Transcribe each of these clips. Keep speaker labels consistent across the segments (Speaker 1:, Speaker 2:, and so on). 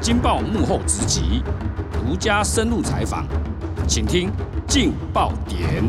Speaker 1: 劲爆幕后直击，独家深入采访，请听《劲爆点》。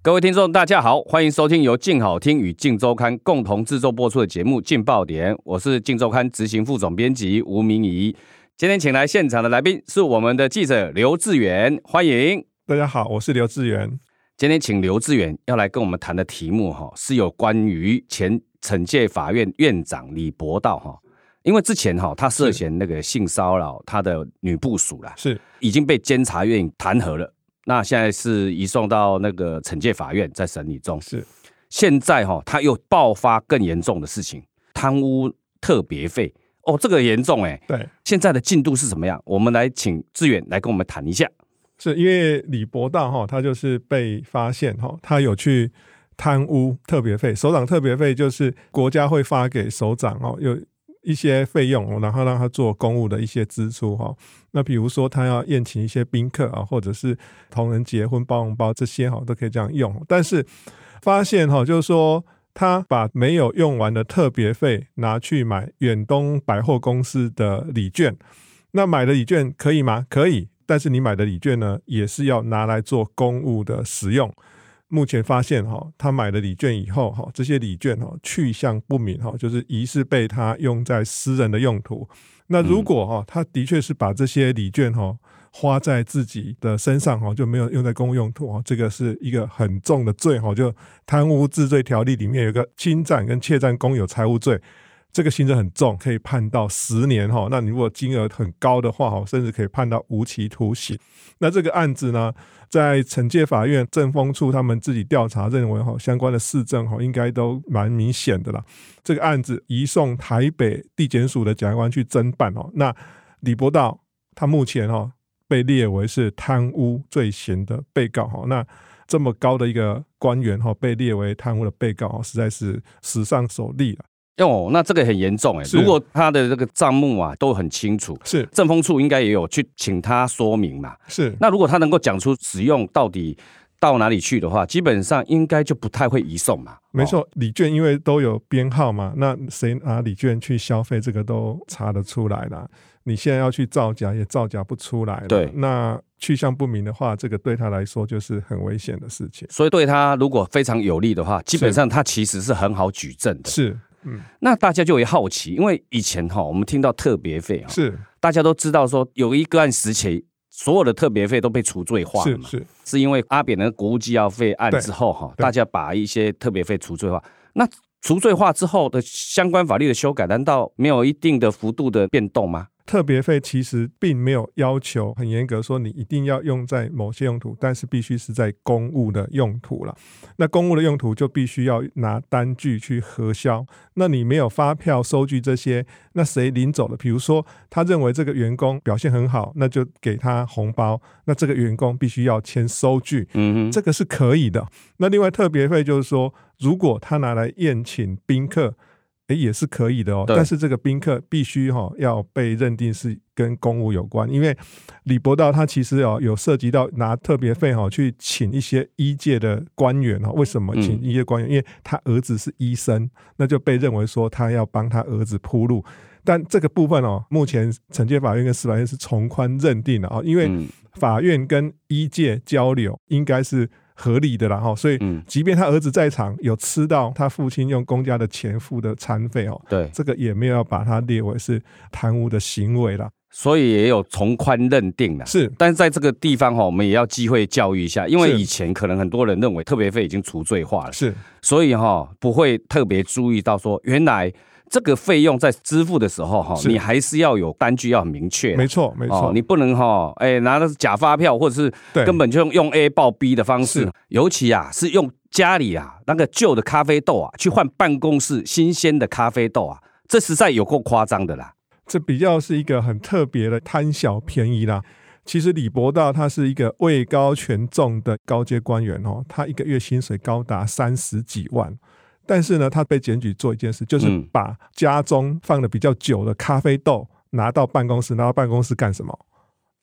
Speaker 1: 各位听众，大家好，欢迎收听由静好听与静周刊共同制作播出的节目《劲爆点》，我是静周刊执行副总编辑吴明仪。今天请来现场的来宾是我们的记者刘志远，欢迎。
Speaker 2: 大家好，我是刘志远。
Speaker 1: 今天请刘志远要来跟我们谈的题目哈，是有关于前惩戒法院院长李博道哈，因为之前哈他涉嫌那个性骚扰他的女部属啦，
Speaker 2: 是
Speaker 1: 已经被监察院弹劾了，那现在是移送到那个惩戒法院在审理中。
Speaker 2: 是，
Speaker 1: 现在哈、他又爆发更严重的事情，贪污特别费哦，这个严重哎、
Speaker 2: 对，
Speaker 1: 现在的进度是怎么样？我们来请志远来跟我们谈一下。
Speaker 2: 是因为李博道哈，他就是被发现哈，他有去贪污特别费，首长特别费就是国家会发给首长哦，有一些费用，然后让他做公务的一些支出哈。那比如说他要宴请一些宾客啊，或者是同人结婚包红包这些哈，都可以这样用。但是发现哈，就是说。他把没有用完的特别费拿去买远东百货公司的礼券，那买的礼券可以吗？可以，但是你买的礼券呢，也是要拿来做公务的使用。目前发现哈、他买了礼券以后哈、这些礼券哈、去向不明哈、就是疑似被他用在私人的用途。那如果哈、他的确是把这些礼券哈、花在自己的身上哈、就没有用在公务用途哈、这个是一个很重的罪哈、就贪污治罪条例里面有一个侵占跟窃占公有财物罪，这个刑责很重，可以判到十年哈。那你如果金额很高的话哈，甚至可以判到无期徒刑。那这个案子呢，在惩戒法院政风处他们自己调查认为哈，相关的市政哈应该都蛮明显的啦。这个案子移送台北地检署的检察官去侦办哦。那李博道他目前哈被列为是贪污罪嫌的被告哈。那这么高的一个官员哈，被列为贪污的被告哦，实在是史上首例啊了。
Speaker 1: 哦，那这个很严重哎、
Speaker 2: 是
Speaker 1: 如果他的这个账目啊都很清楚，
Speaker 2: 是
Speaker 1: 政风处应该也有去请他说明嘛。
Speaker 2: 是，
Speaker 1: 那如果他能够讲出使用到底到哪里去的话，基本上应该就不太会移送嘛。
Speaker 2: 没
Speaker 1: 哦，
Speaker 2: 错，礼券因为都有编号嘛，那谁拿礼券去消费，这个都查得出来啦。你现在要去造假，也造假不出来了。
Speaker 1: 对
Speaker 2: 那去向不明的话，这个对他来说就是很危险的事情。
Speaker 1: 所以对他如果非常有利的话，基本上他其实是很好举证的。
Speaker 2: 是
Speaker 1: 那大家就会好奇，因为以前哈、我们听到特别费啊，
Speaker 2: 是
Speaker 1: 大家都知道说有一个案时期。所有的特别费都被除罪化了
Speaker 2: 是
Speaker 1: 嘛？
Speaker 2: 是
Speaker 1: 是因为阿扁的国务机要费案
Speaker 2: 对
Speaker 1: 之后哈，
Speaker 2: 对
Speaker 1: 大家把一些特别费除罪化。那除罪化之后的相关法律的修改，难道没有一定的幅度的变动吗？
Speaker 2: 特别费其实并没有要求很严格说你一定要用在某些用途，但是必须是在公务的用途啦。那公务的用途就必须要拿单据去核销。那你没有发票、收据这些，那谁领走了？比如说他认为这个员工表现很好，那就给他红包。那这个员工必须要签收据，
Speaker 1: 嗯哼，
Speaker 2: 这个是可以的。那另外特别费就是说，如果他拿来宴请宾客，诶也是可以的哦。
Speaker 1: 对
Speaker 2: 但是这个宾客必须哈、要被认定是跟公务有关，因为李博道他其实哦有涉及到拿特别费哈、去请一些医界的官员哈、为什么请
Speaker 1: 嗯
Speaker 2: 医界官员？因为他儿子是医生，那就被认为说他要帮他儿子铺路。但这个部分哦，目前惩戒法院跟司法院是从宽认定的哦，因为
Speaker 1: 嗯
Speaker 2: 法院跟医界交流应该是合理的啦哈，所以
Speaker 1: 嗯，
Speaker 2: 即便他儿子在场有吃到他父亲用公家的钱付的餐费哦，
Speaker 1: 对，
Speaker 2: 这个也没有要把它列为是贪污的行为啦，
Speaker 1: 所以也有从宽认定啦。
Speaker 2: 是
Speaker 1: 但是在这个地方哈、我们也要机会教育一下，因为
Speaker 2: 是
Speaker 1: 以前可能很多人认为特别费已经除罪化了，
Speaker 2: 是
Speaker 1: 所以哈、不会特别注意到说原来这个费用在支付的时候哈、
Speaker 2: 是
Speaker 1: 你还是要有单据要很明确啦。
Speaker 2: 没错没错，
Speaker 1: 哦，你不能哈、哎、拿的是假发票，或者是
Speaker 2: 对
Speaker 1: 根本就用用 A 报 B 的方式
Speaker 2: 是，
Speaker 1: 尤其啊是用家里啊那个旧的咖啡豆啊去换办公室新鲜的咖啡豆啊，这实在有够夸张的啦。
Speaker 2: 这比较是一个很特别的贪小便宜啦。其实李博道他是一个位高权重的高阶官员哦，他一个月薪水高达三十几万，但是呢，他被检举做一件事，就是
Speaker 1: 嗯
Speaker 2: 把家中放的比较久的咖啡豆拿到办公室，拿到办公室干什么？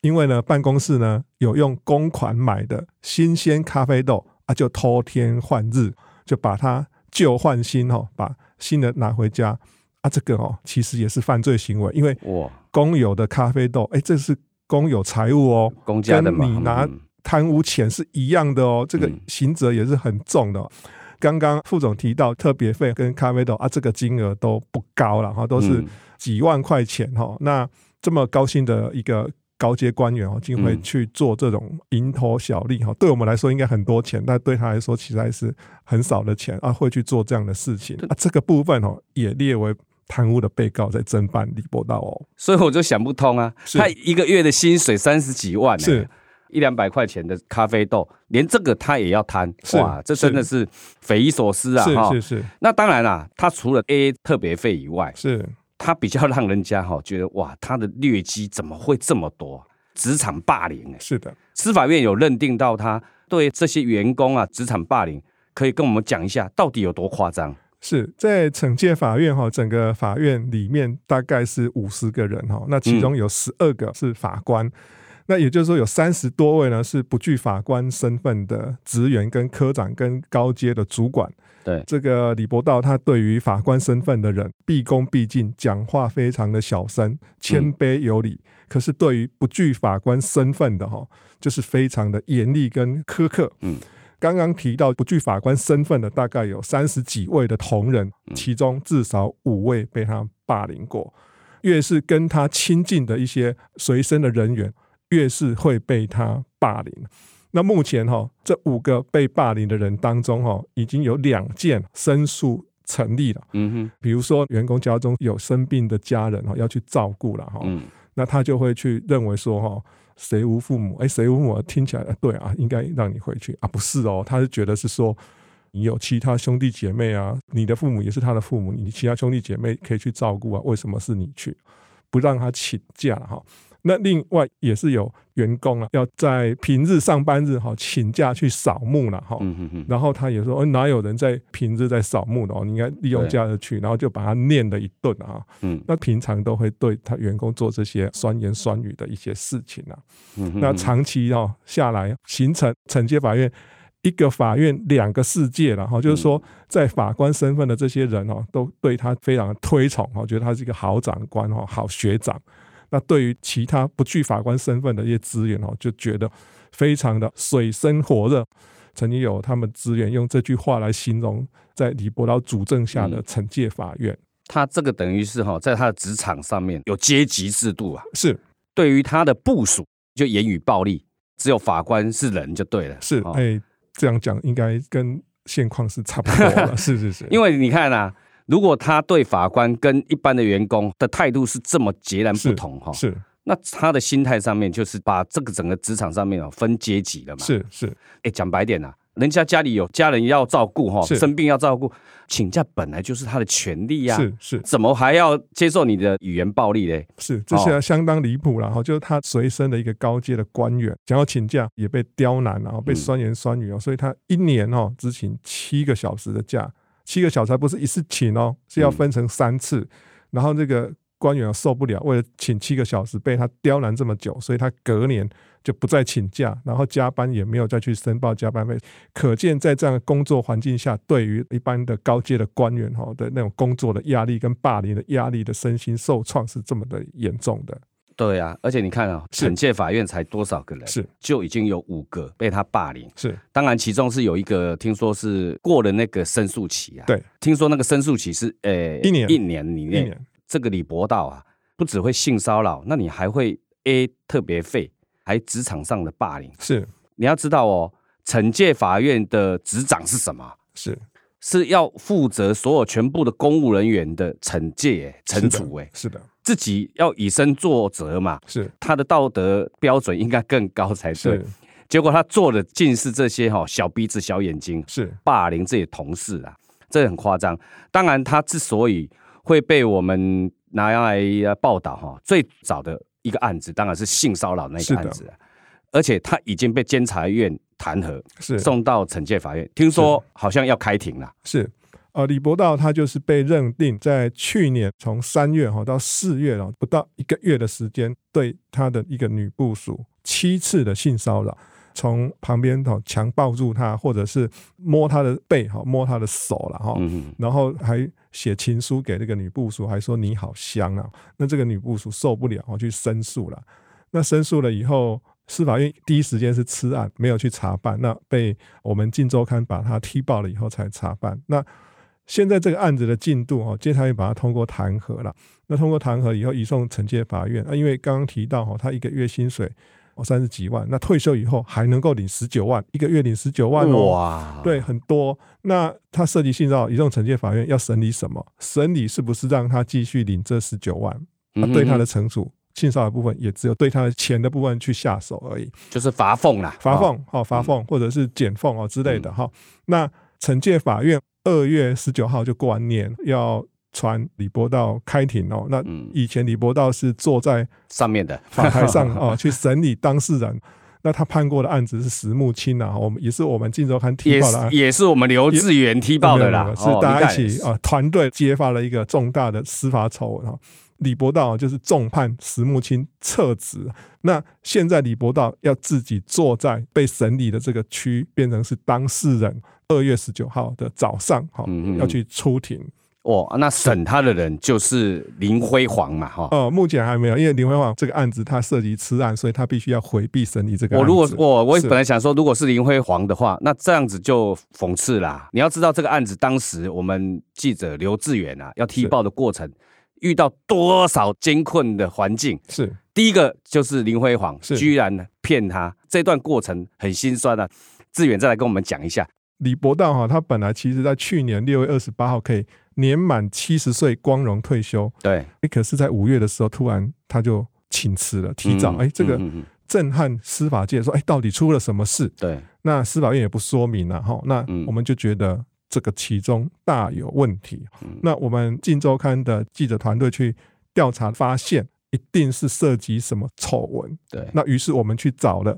Speaker 2: 因为呢，办公室呢有用公款买的新鲜咖啡豆啊，就偷天换日，就把它旧换新哦，把新的拿回家啊，这个哦，其实也是犯罪行为，因为
Speaker 1: 哇，
Speaker 2: 公有的咖啡豆，哎，这是公有财物哦，
Speaker 1: 公家的嘛，
Speaker 2: 跟你拿
Speaker 1: 嗯
Speaker 2: 贪污钱是一样的哦，这个
Speaker 1: 嗯
Speaker 2: 刑责也是很重的哦、刚刚副总提到特别费跟咖啡豆啊，这个金额都不高了哈，都是
Speaker 1: 嗯
Speaker 2: 几万块钱哈、那这么高薪的一个高阶官员哦，竟会
Speaker 1: 嗯
Speaker 2: 去做这种蝇头小利哈、对我们来说应该很多钱，但对他来说其实还是很少的钱啊，会去做这样的事情啊，这个部分哦也列为贪污的被告在侦办李博道哦，
Speaker 1: 所以我就想不通啊，
Speaker 2: 是
Speaker 1: 他一个月的薪水三十几万、欸，
Speaker 2: 是
Speaker 1: 一两百块钱的咖啡豆，连这个他也要贪，
Speaker 2: 是
Speaker 1: 哇，这真的是匪夷所思啊！哈
Speaker 2: 是是，是
Speaker 1: 那当然啦、啊他除了 A A 特别费以外，
Speaker 2: 是
Speaker 1: 他比较让人家哈、觉得哇，他的劣迹怎么会这么多？职场霸凌、欸，
Speaker 2: 是的，
Speaker 1: 司法院有认定到他对这些员工啊职场霸凌，可以跟我们讲一下到底有多夸张？
Speaker 2: 是在惩戒法院哈，整个法院里面大概是五十个人哈，那
Speaker 1: 嗯
Speaker 2: 其中有十二个是法官，那也就是说有三十多位呢是不具法官身份的职员、跟科长、跟高阶的主管。
Speaker 1: 对
Speaker 2: 这个李博道他对于法官身份的人毕恭毕敬，讲话非常的小声，谦卑有礼。
Speaker 1: 嗯
Speaker 2: 可是对于不具法官身份的哈，就是非常的严厉跟苛刻。
Speaker 1: 嗯，
Speaker 2: 刚刚提到不具法官身份的大概有三十几位的同仁，
Speaker 1: 嗯
Speaker 2: 其中至少五位被他霸凌过。越是跟他亲近的一些随身的人员，越是会被他霸凌。那目前哈、这五个被霸凌的人当中哈、已经有两件申诉成立了。
Speaker 1: 嗯
Speaker 2: 比如说，员工家中有生病的家人哈、要去照顾了哈、
Speaker 1: 哼，嗯，
Speaker 2: 那他就会去认为说哈、哦谁无父母？哎，谁无母？听起来呃对啊，应该让你回去啊，不是哦，他是觉得是说。你有其他兄弟姐妹啊，你的父母也是他的父母，你其他兄弟姐妹可以去照顾啊，为什么是你去？不让他请假了哈。那另外也是有员工啊，要在平日上班日哈请假去扫墓了哈。
Speaker 1: 嗯哼哼，
Speaker 2: 然后他也说，哦，哪有人在平日在扫墓的哦？你应该利用
Speaker 1: 对
Speaker 2: 假日去，然后就把他念了一顿啊。
Speaker 1: 嗯
Speaker 2: 那平常都会对他员工做这些酸言酸语的一些事情啊。
Speaker 1: 嗯哼
Speaker 2: 那
Speaker 1: 哼
Speaker 2: 长期哦下来，形成惩戒法院一个法院两个世界了哈，哦就是说在法官身份的这些人哦，都对他非常推崇哦，觉得他是一个好长官哦，好学长。那对于其他不具法官身份的一些资源哦，就觉得非常的水深火热。曾经有他们资源用这句话来形容在李伯劳主政下的惩戒法院，
Speaker 1: 他这个等于是哈，在他的职场上面有阶级制度啊，
Speaker 2: 是
Speaker 1: 对于他的部属就言语暴力，只有法官是人就对了。
Speaker 2: 是，
Speaker 1: 哦
Speaker 2: 哎、这样讲应该跟现况是差不多 了，是是是，
Speaker 1: 因为你看啊，如果他对法官跟一般的员工的态度是这么截然不同哈，
Speaker 2: 是
Speaker 1: 那他的心态上面就是把这个整个职场上面哦分阶级了嘛。，
Speaker 2: 是是
Speaker 1: 哎，讲白点啊，人家家里有家人要照顾哈，
Speaker 2: 是
Speaker 1: 生病要照顾，请假本来就是他的权利呀、
Speaker 2: 是是
Speaker 1: 怎么还要接受你的语言暴力嘞？
Speaker 2: 是，这
Speaker 1: 哦
Speaker 2: 些相当离谱了哈！就是他随身的一个高阶的官员，想要请假也被刁难了，被
Speaker 1: 嗯
Speaker 2: 酸言酸语哦，所以他一年哦只请七个小时的假，七个小时还不是一次请哦，是要
Speaker 1: 嗯
Speaker 2: 分成三次。然后这个官员受不了，为了请七个小时被他刁难这么久，所以他隔年就不再请假，然后加班也没有再去申报加班费。可见在这样的工作环境下，对于一般的高阶的官员哈的那种工作的压力跟霸凌的压力的身心受创是这么的严重的。
Speaker 1: 对啊，而且你看啊、
Speaker 2: 是
Speaker 1: 惩戒法院才多少个人，
Speaker 2: 是
Speaker 1: 就已经有五个被他霸凌。
Speaker 2: 是
Speaker 1: 当然，其中是有一个听说是过了那个申诉期啊。
Speaker 2: 对，
Speaker 1: 听说那个申诉期是呃
Speaker 2: 一年
Speaker 1: 一年里
Speaker 2: 一
Speaker 1: 面，
Speaker 2: 年
Speaker 1: 这个李博道啊，不只会性骚扰，那你还会 A 特别费，还职场上的霸凌。
Speaker 2: 是
Speaker 1: 你要知道哦，惩戒法院的执掌是什么？
Speaker 2: 是
Speaker 1: 是要负责所有全部的公务人员的惩戒、
Speaker 2: 是
Speaker 1: 惩
Speaker 2: 的
Speaker 1: 处，哎，
Speaker 2: 是的，
Speaker 1: 自己要以身作则嘛。
Speaker 2: 是
Speaker 1: 他的道德标准应该更高才对
Speaker 2: 是。
Speaker 1: 结果他做的尽是这些哈、小鼻子小眼睛，
Speaker 2: 是
Speaker 1: 霸凌自己的同事啊，这很夸张。当然，他之所以会被我们拿来呃报道哈，最早的一个案子当然是性骚扰那
Speaker 2: 是
Speaker 1: 个
Speaker 2: 的
Speaker 1: 案子啊、而且他已经被监察院弹劾，
Speaker 2: 是
Speaker 1: 送到惩戒法院，听说好像要开庭了。
Speaker 2: 是，呃，李博道他就是被认定在去年从三月哈到四月哦，不到一个月的时间，对他的一个女部属七次的性骚扰，从旁边哈强抱住他，或者是摸他的背哈，摸他的手了哈，
Speaker 1: 嗯
Speaker 2: 然后还写情书给那个女部属，还说你好香啊。那这个女部属受不了，哦去申诉了。那申诉了以后，司法院第一时间是吃案，没有去查办。那被我们《晋周刊》把他踢爆了以后才查办。那现在这个案子的进度哦，监察院把它通过弹劾了。那通过弹劾以后，移送惩戒法院。啊，因为刚刚提到哦，他一个月薪水哦三十几万，那退休以后还能够领十九万，一个月领十九万
Speaker 1: 哼，
Speaker 2: 哦。
Speaker 1: 哇，
Speaker 2: 对，很多。那他涉及性骚扰，移送惩戒法院要审理什么？审理是不是让他继续领这十九万？
Speaker 1: 嗯
Speaker 2: 啊
Speaker 1: 哼，
Speaker 2: 对他的惩处，性骚扰部分也只有对他的钱的部分去下手而已，
Speaker 1: 就是罚俸啦，
Speaker 2: 罚
Speaker 1: 哦，
Speaker 2: 俸哦，罚俸或者是减俸哦之
Speaker 1: 嗯
Speaker 2: 类的哈、那惩戒法院二月十九号就过完年，要传李博道开庭哦。那
Speaker 1: 嗯，
Speaker 2: 以前李博道是坐在
Speaker 1: 上面的
Speaker 2: 法 台上哦去审理当事人。那他判过的案子是石木青啊，我们也是我们《晋州刊》踢
Speaker 1: 也
Speaker 2: 爆的案
Speaker 1: 是也是我们刘志远踢爆的啦
Speaker 2: 没有没有，是
Speaker 1: 哦
Speaker 2: 大家
Speaker 1: 你看
Speaker 2: 一起啊，团队揭发了一个重大的司法丑闻哈。李博道就是重判石木清撤职，那现在李博道要自己坐在被审理的这个区，变成是当事人。二月十九号的早上，哈
Speaker 1: 嗯嗯嗯，
Speaker 2: 要去出庭。
Speaker 1: 哦，那审他的人就是林辉煌嘛，哈、
Speaker 2: 呃，目前还没有，因为林辉煌这个案子它涉及吃案，所以他必须要回避审理这个案
Speaker 1: 我
Speaker 2: 子。
Speaker 1: 如果我我
Speaker 2: 是
Speaker 1: 本来想说，如果是林辉煌的话，那这样子就讽刺啦。你要知道，这个案子当时我们记者刘志远啊，要踢爆的过程，遇到多少艰困的环境。
Speaker 2: 是
Speaker 1: 第一个就是林辉煌
Speaker 2: 是
Speaker 1: 居然骗他，这段过程很心酸啊。志远再来跟我们讲一下，
Speaker 2: 李博道哈，他本来其实在去年六月二十八号可以年满七十岁光荣退休，
Speaker 1: 对，
Speaker 2: 诶可是，在五月的时候，突然他就请辞了，提早。
Speaker 1: 嗯
Speaker 2: 哎、这个
Speaker 1: 嗯嗯嗯
Speaker 2: 震撼司法界，说，哎，到底出了什么事？
Speaker 1: 对，
Speaker 2: 那司法院也不说明了、哈。那
Speaker 1: 嗯
Speaker 2: 我们就觉得这个其中大有问题。
Speaker 1: 嗯
Speaker 2: 那我们《晋周刊》的记者团队去调查，发现一定是涉及什么丑闻。
Speaker 1: 对，
Speaker 2: 那于是我们去找了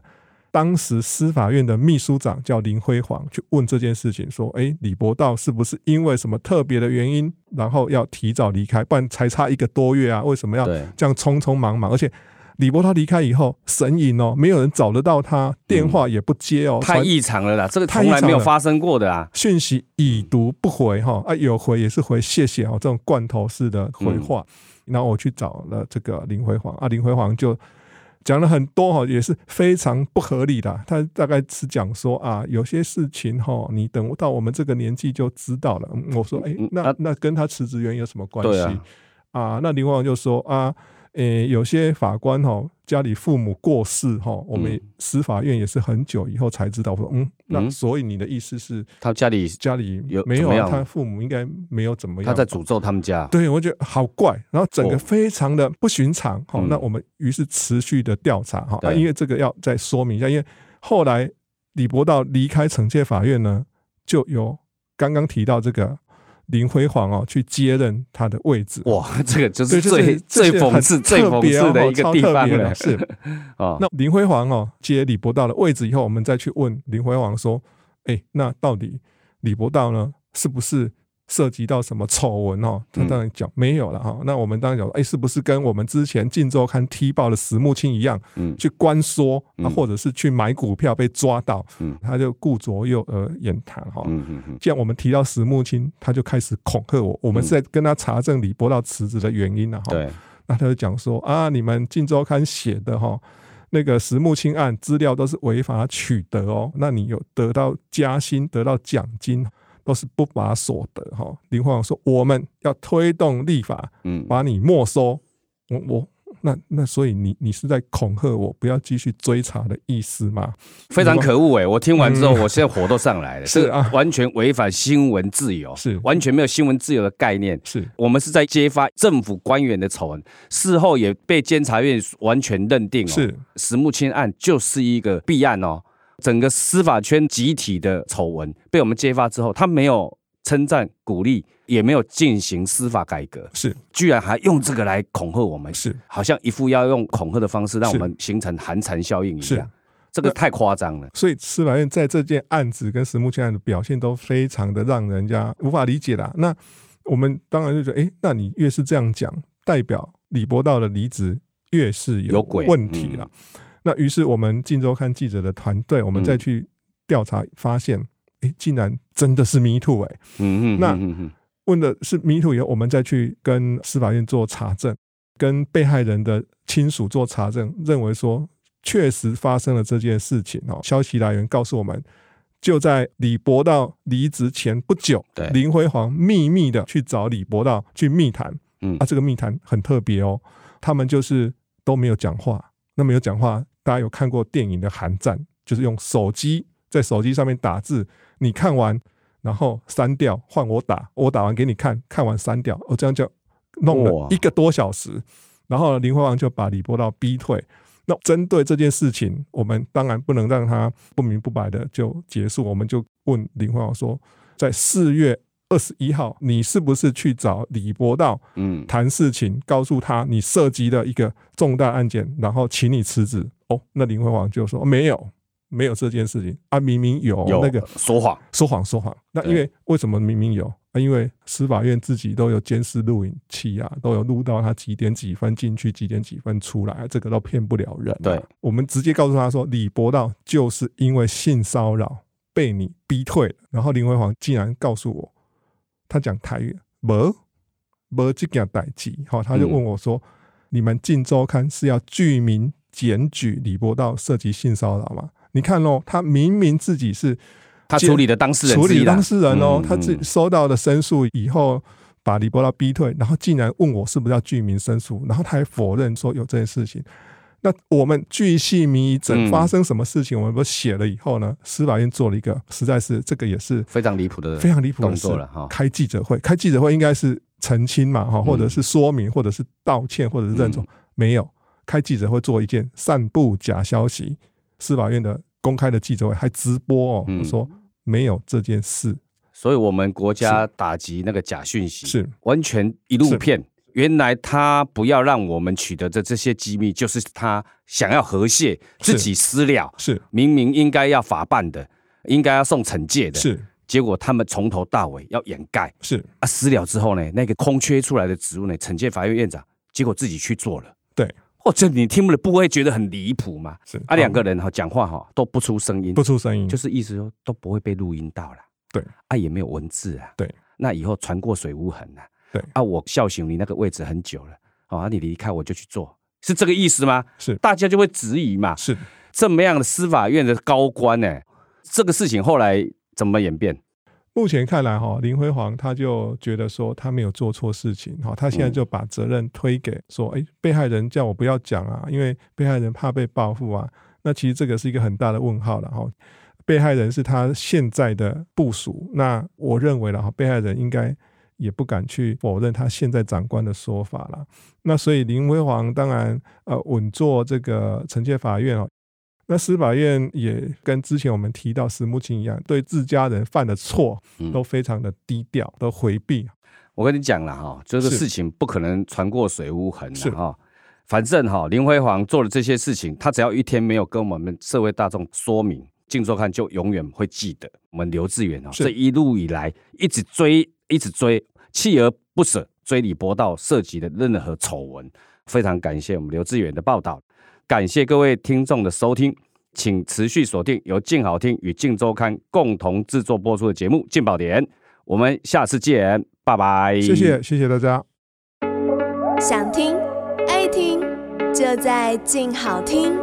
Speaker 2: 当时司法院的秘书长叫林辉煌去问这件事情，说：“哎，李博道是不是因为什么特别的原因，然后要提早离开？不然才差一个多月啊，为什么要
Speaker 1: 对
Speaker 2: 这样匆匆忙忙？而且李博道离开以后，神隐哦，没有人找得到他，电话也不接哦，
Speaker 1: 太
Speaker 2: 传
Speaker 1: 异常了啦，这个
Speaker 2: 太
Speaker 1: 从
Speaker 2: 异
Speaker 1: 来
Speaker 2: 常
Speaker 1: 没有
Speaker 2: 了
Speaker 1: 发生过的啊。
Speaker 2: 讯息已读不回哈啊，有回也是回谢谢哦，这种罐头式的回话。
Speaker 1: 嗯
Speaker 2: 然后我去找了这个林辉煌啊，林辉煌就讲了很多哈，也是非常不合理的。他大概是讲说啊，有些事情哈，你等到我们这个年纪就知道了。嗯我说哎
Speaker 1: 嗯，
Speaker 2: 那
Speaker 1: 那
Speaker 2: 那跟他辞职原因有什么关
Speaker 1: 对
Speaker 2: 系
Speaker 1: 啊？
Speaker 2: 啊，那林辉煌就说啊。诶，有些法官哦，家里父母过世哦，我们
Speaker 1: 嗯
Speaker 2: 司法院也是很久以后才知道。我说，嗯，那
Speaker 1: 嗯
Speaker 2: 所以你的意思是，
Speaker 1: 他家里
Speaker 2: 家里
Speaker 1: 有
Speaker 2: 没有
Speaker 1: 怎么
Speaker 2: 啊，
Speaker 1: 样
Speaker 2: 他父母应该没有怎么
Speaker 1: 他
Speaker 2: 样。
Speaker 1: 在诅咒他们家，
Speaker 2: 对，我觉得好怪，然后整
Speaker 1: 哦
Speaker 2: 个非常的不寻常。好、
Speaker 1: 嗯
Speaker 2: 那我们于是持续的调查哈、啊，
Speaker 1: 对
Speaker 2: 因为这个要再说明一下，因为后来李博道离开惩戒法院呢，就由刚刚提到这个林辉煌哦去接任他的位置。
Speaker 1: 哇，这个就是
Speaker 2: 对，这
Speaker 1: 最
Speaker 2: 是这
Speaker 1: 最
Speaker 2: 是
Speaker 1: 讽
Speaker 2: 很
Speaker 1: 刺、最
Speaker 2: 特
Speaker 1: 讽
Speaker 2: 别
Speaker 1: 刺的
Speaker 2: 哦
Speaker 1: 一个
Speaker 2: 超
Speaker 1: 地
Speaker 2: 特
Speaker 1: 方
Speaker 2: 别的
Speaker 1: 了。
Speaker 2: 是，
Speaker 1: 哦，
Speaker 2: 那林辉煌哦接李博道的位置以后，我们再去问林辉煌说：“哎、那到底李博道呢，是不是涉及到什么丑闻哦？”他
Speaker 1: 嗯
Speaker 2: 当然讲、没有了哈、那我们当然讲说，哎、是不是跟我们之前《晋周刊》踢爆的石木清一样，
Speaker 1: 嗯
Speaker 2: 去关说、啊，
Speaker 1: 嗯
Speaker 2: 或者是去买股票被抓到？
Speaker 1: 嗯
Speaker 2: 他就顾左右而言他哈、
Speaker 1: 嗯嗯嗯，
Speaker 2: 既然我们提到石木清，他就开始恐吓我。我们是在跟他查证李博道辞职的原因了、哈。
Speaker 1: 嗯对，
Speaker 2: 那他就讲说啊，你们《晋周刊》写的哈，那个石木清案资料都是违法取得哦，那你有得到加薪、得到奖金，都是不法所得哈、林焕说我们要推动立法，
Speaker 1: 嗯，
Speaker 2: 把你没收。我我那那所以你你是在恐吓我不要继续追查的意思吗？
Speaker 1: 非常可恶哎！我听完之后，
Speaker 2: 嗯
Speaker 1: 我现在火都上来了，
Speaker 2: 是啊
Speaker 1: 这个完全违反新闻自由，
Speaker 2: 是
Speaker 1: 完全没有新闻自由的概念。
Speaker 2: 是
Speaker 1: 我们是在揭发政府官员的丑闻，事后也被监察院完全认定哦，
Speaker 2: 是
Speaker 1: 石木清案就是一个弊案哦。整个司法圈集体的丑闻被我们揭发之后，他没有称赞鼓励，也没有进行司法改革，
Speaker 2: 是
Speaker 1: 居然还用这个来恐吓我们，
Speaker 2: 是
Speaker 1: 好像一副要用恐吓的方式让我
Speaker 2: 是
Speaker 1: 们形成寒蝉效应一
Speaker 2: 是
Speaker 1: 样，这个太夸张了。
Speaker 2: 所以司法院在这件案子跟石木清案的表现都非常的让人家无法理解啦。那我们当然就觉得，哎、那你越是这样讲，代表李博道的离职越是
Speaker 1: 有
Speaker 2: 有
Speaker 1: 鬼
Speaker 2: 问题了。那于是我们《晋周刊》记者的团队，我们再
Speaker 1: 嗯
Speaker 2: 去调查，发现，诶，竟然真的是 Me Too 哎、
Speaker 1: 嗯嗯，
Speaker 2: 那
Speaker 1: 嗯嗯
Speaker 2: 问的是 Me Too 以后，我们再去跟司法院做查证，跟被害人的亲属做查证，认为说确实发生了这件事情哦。消息来源告诉我们，就在李博道离职前不久
Speaker 1: 对，
Speaker 2: 林辉煌秘密的去找李博道去密谈，
Speaker 1: 嗯
Speaker 2: 啊，这个密谈很特别哦，他们就是都没有讲话，那没有讲话，大家有看过电影的寒战，就是用手机在手机上面打字，你看完然后删掉，换我打，我打完给你看，看完删掉，哦我、这样就弄
Speaker 1: 哇
Speaker 2: 了一个多小时。然后林辉煌就把李波道逼退。那针对这件事情，我们当然不能让他不明不白的就结束，我们就问林辉煌说，在四月二十一号，你是不是去找李波道
Speaker 1: 嗯，
Speaker 2: 谈事情，告诉他你涉及的一个重大案件，然后请你辞职？哦，那林辉煌就说哦没有，没有这件事情啊，明明有
Speaker 1: 嗯有
Speaker 2: 那个
Speaker 1: 说谎，
Speaker 2: 说谎说谎。那
Speaker 1: 对
Speaker 2: 因为为什么明明有？啊因为司法院自己都有监视录影器啊，都有录到他几点几分进去，几点几分出来，这个都骗不了人、啊
Speaker 1: 对，
Speaker 2: 我们直接告诉他说，李博道就是因为性骚扰被你逼退了。然后林辉煌竟然告诉我，他讲台语，没没这件代志。好，他就问我说，你们《晋周刊》是要具名检举李博道涉及性骚扰吗？你看喽，他明明自己是
Speaker 1: 他
Speaker 2: 见
Speaker 1: 处理的当事人
Speaker 2: 处
Speaker 1: 之一
Speaker 2: 理
Speaker 1: 啦
Speaker 2: 当事人哦，
Speaker 1: 嗯
Speaker 2: 他自己收到的申诉以后，把李波拉逼退，然后竟然问我是不是要具名申诉，然后他还否认说有这件事情。那我们据细迷
Speaker 1: 嗯
Speaker 2: 整发生什么事情，我们不是写了以后呢？司法院做了一个，实在是这个也是
Speaker 1: 非常离谱的
Speaker 2: 非常离谱
Speaker 1: 动
Speaker 2: 的事
Speaker 1: 作。了哈。嗯
Speaker 2: 开记者会，开记者会应该是澄清嘛，哈，或者是说明，或者是道歉，或者是认错，没有开记者会做一件散布假消息，司法院的公开的记者会还直播哦，
Speaker 1: 嗯
Speaker 2: 说没有这件事，
Speaker 1: 所以我们国家打击那个假讯息，
Speaker 2: 是
Speaker 1: 完全一路
Speaker 2: 是
Speaker 1: 骗。原来他不要让我们取得的这些机密，就是他想要和谐，
Speaker 2: 是
Speaker 1: 自己私了。
Speaker 2: 是
Speaker 1: 明明应该要法办的，应该要送惩戒的，
Speaker 2: 是
Speaker 1: 结果他们从头到尾要掩盖
Speaker 2: 是，
Speaker 1: 啊。私了之后呢，那个空缺出来的职务呢，惩戒法院院长，结果自己去做了。
Speaker 2: 对，
Speaker 1: 哦，这你听了不会觉得很离谱吗？
Speaker 2: 是
Speaker 1: 啊，两个人哈讲话哈都不出声音，
Speaker 2: 不出声音，
Speaker 1: 就是是意思说都不会被录音到啦。
Speaker 2: 对，
Speaker 1: 啊也没有文字啊。
Speaker 2: 对，
Speaker 1: 那以后传过水无痕啊。
Speaker 2: 对
Speaker 1: 啊，我孝行你那个位置很久了，哦，啊你离开我就去做，是这个意思吗？
Speaker 2: 是
Speaker 1: 大家就会质疑嘛。
Speaker 2: 是
Speaker 1: 这么样的司法院的高官呢、这个事情后来怎么演变？
Speaker 2: 目前看来哈，林辉煌他就觉得说他没有做错事情哈，他现在就把责任推给说，哎、被害人叫我不要讲啊，因为被害人怕被报复啊。那其实这个是一个很大的问号了哈。被害人是他现在的部署，那我认为了哈，被害人应该也不敢去否认他现在长官的说法了。那所以林辉煌当然呃稳坐这个惩戒法院哦。那司法院也跟之前我们提到石木清一样，对自家人犯的错
Speaker 1: 嗯
Speaker 2: 都非常的低调，都回避。啊
Speaker 1: 我跟你讲了哈，这个
Speaker 2: 是
Speaker 1: 事情不可能传过水无痕
Speaker 2: 是
Speaker 1: 的哈。反正哈，林辉煌做了这些事情，他只要一天没有跟我们社会大众说明，《静周刊》就永远会记得。我们刘志远哦，
Speaker 2: 是
Speaker 1: 这一路以来一直追，一直追，锲而不舍追李博道涉及的任何丑闻。非常感谢我们刘志远的报道，感谢各位听众的收听，请持续锁定由静好听与静周刊共同制作播出的节目《静宝典》，我们下次见，拜拜，
Speaker 2: 谢谢，谢谢大家。
Speaker 3: 想听爱听，就在静好听。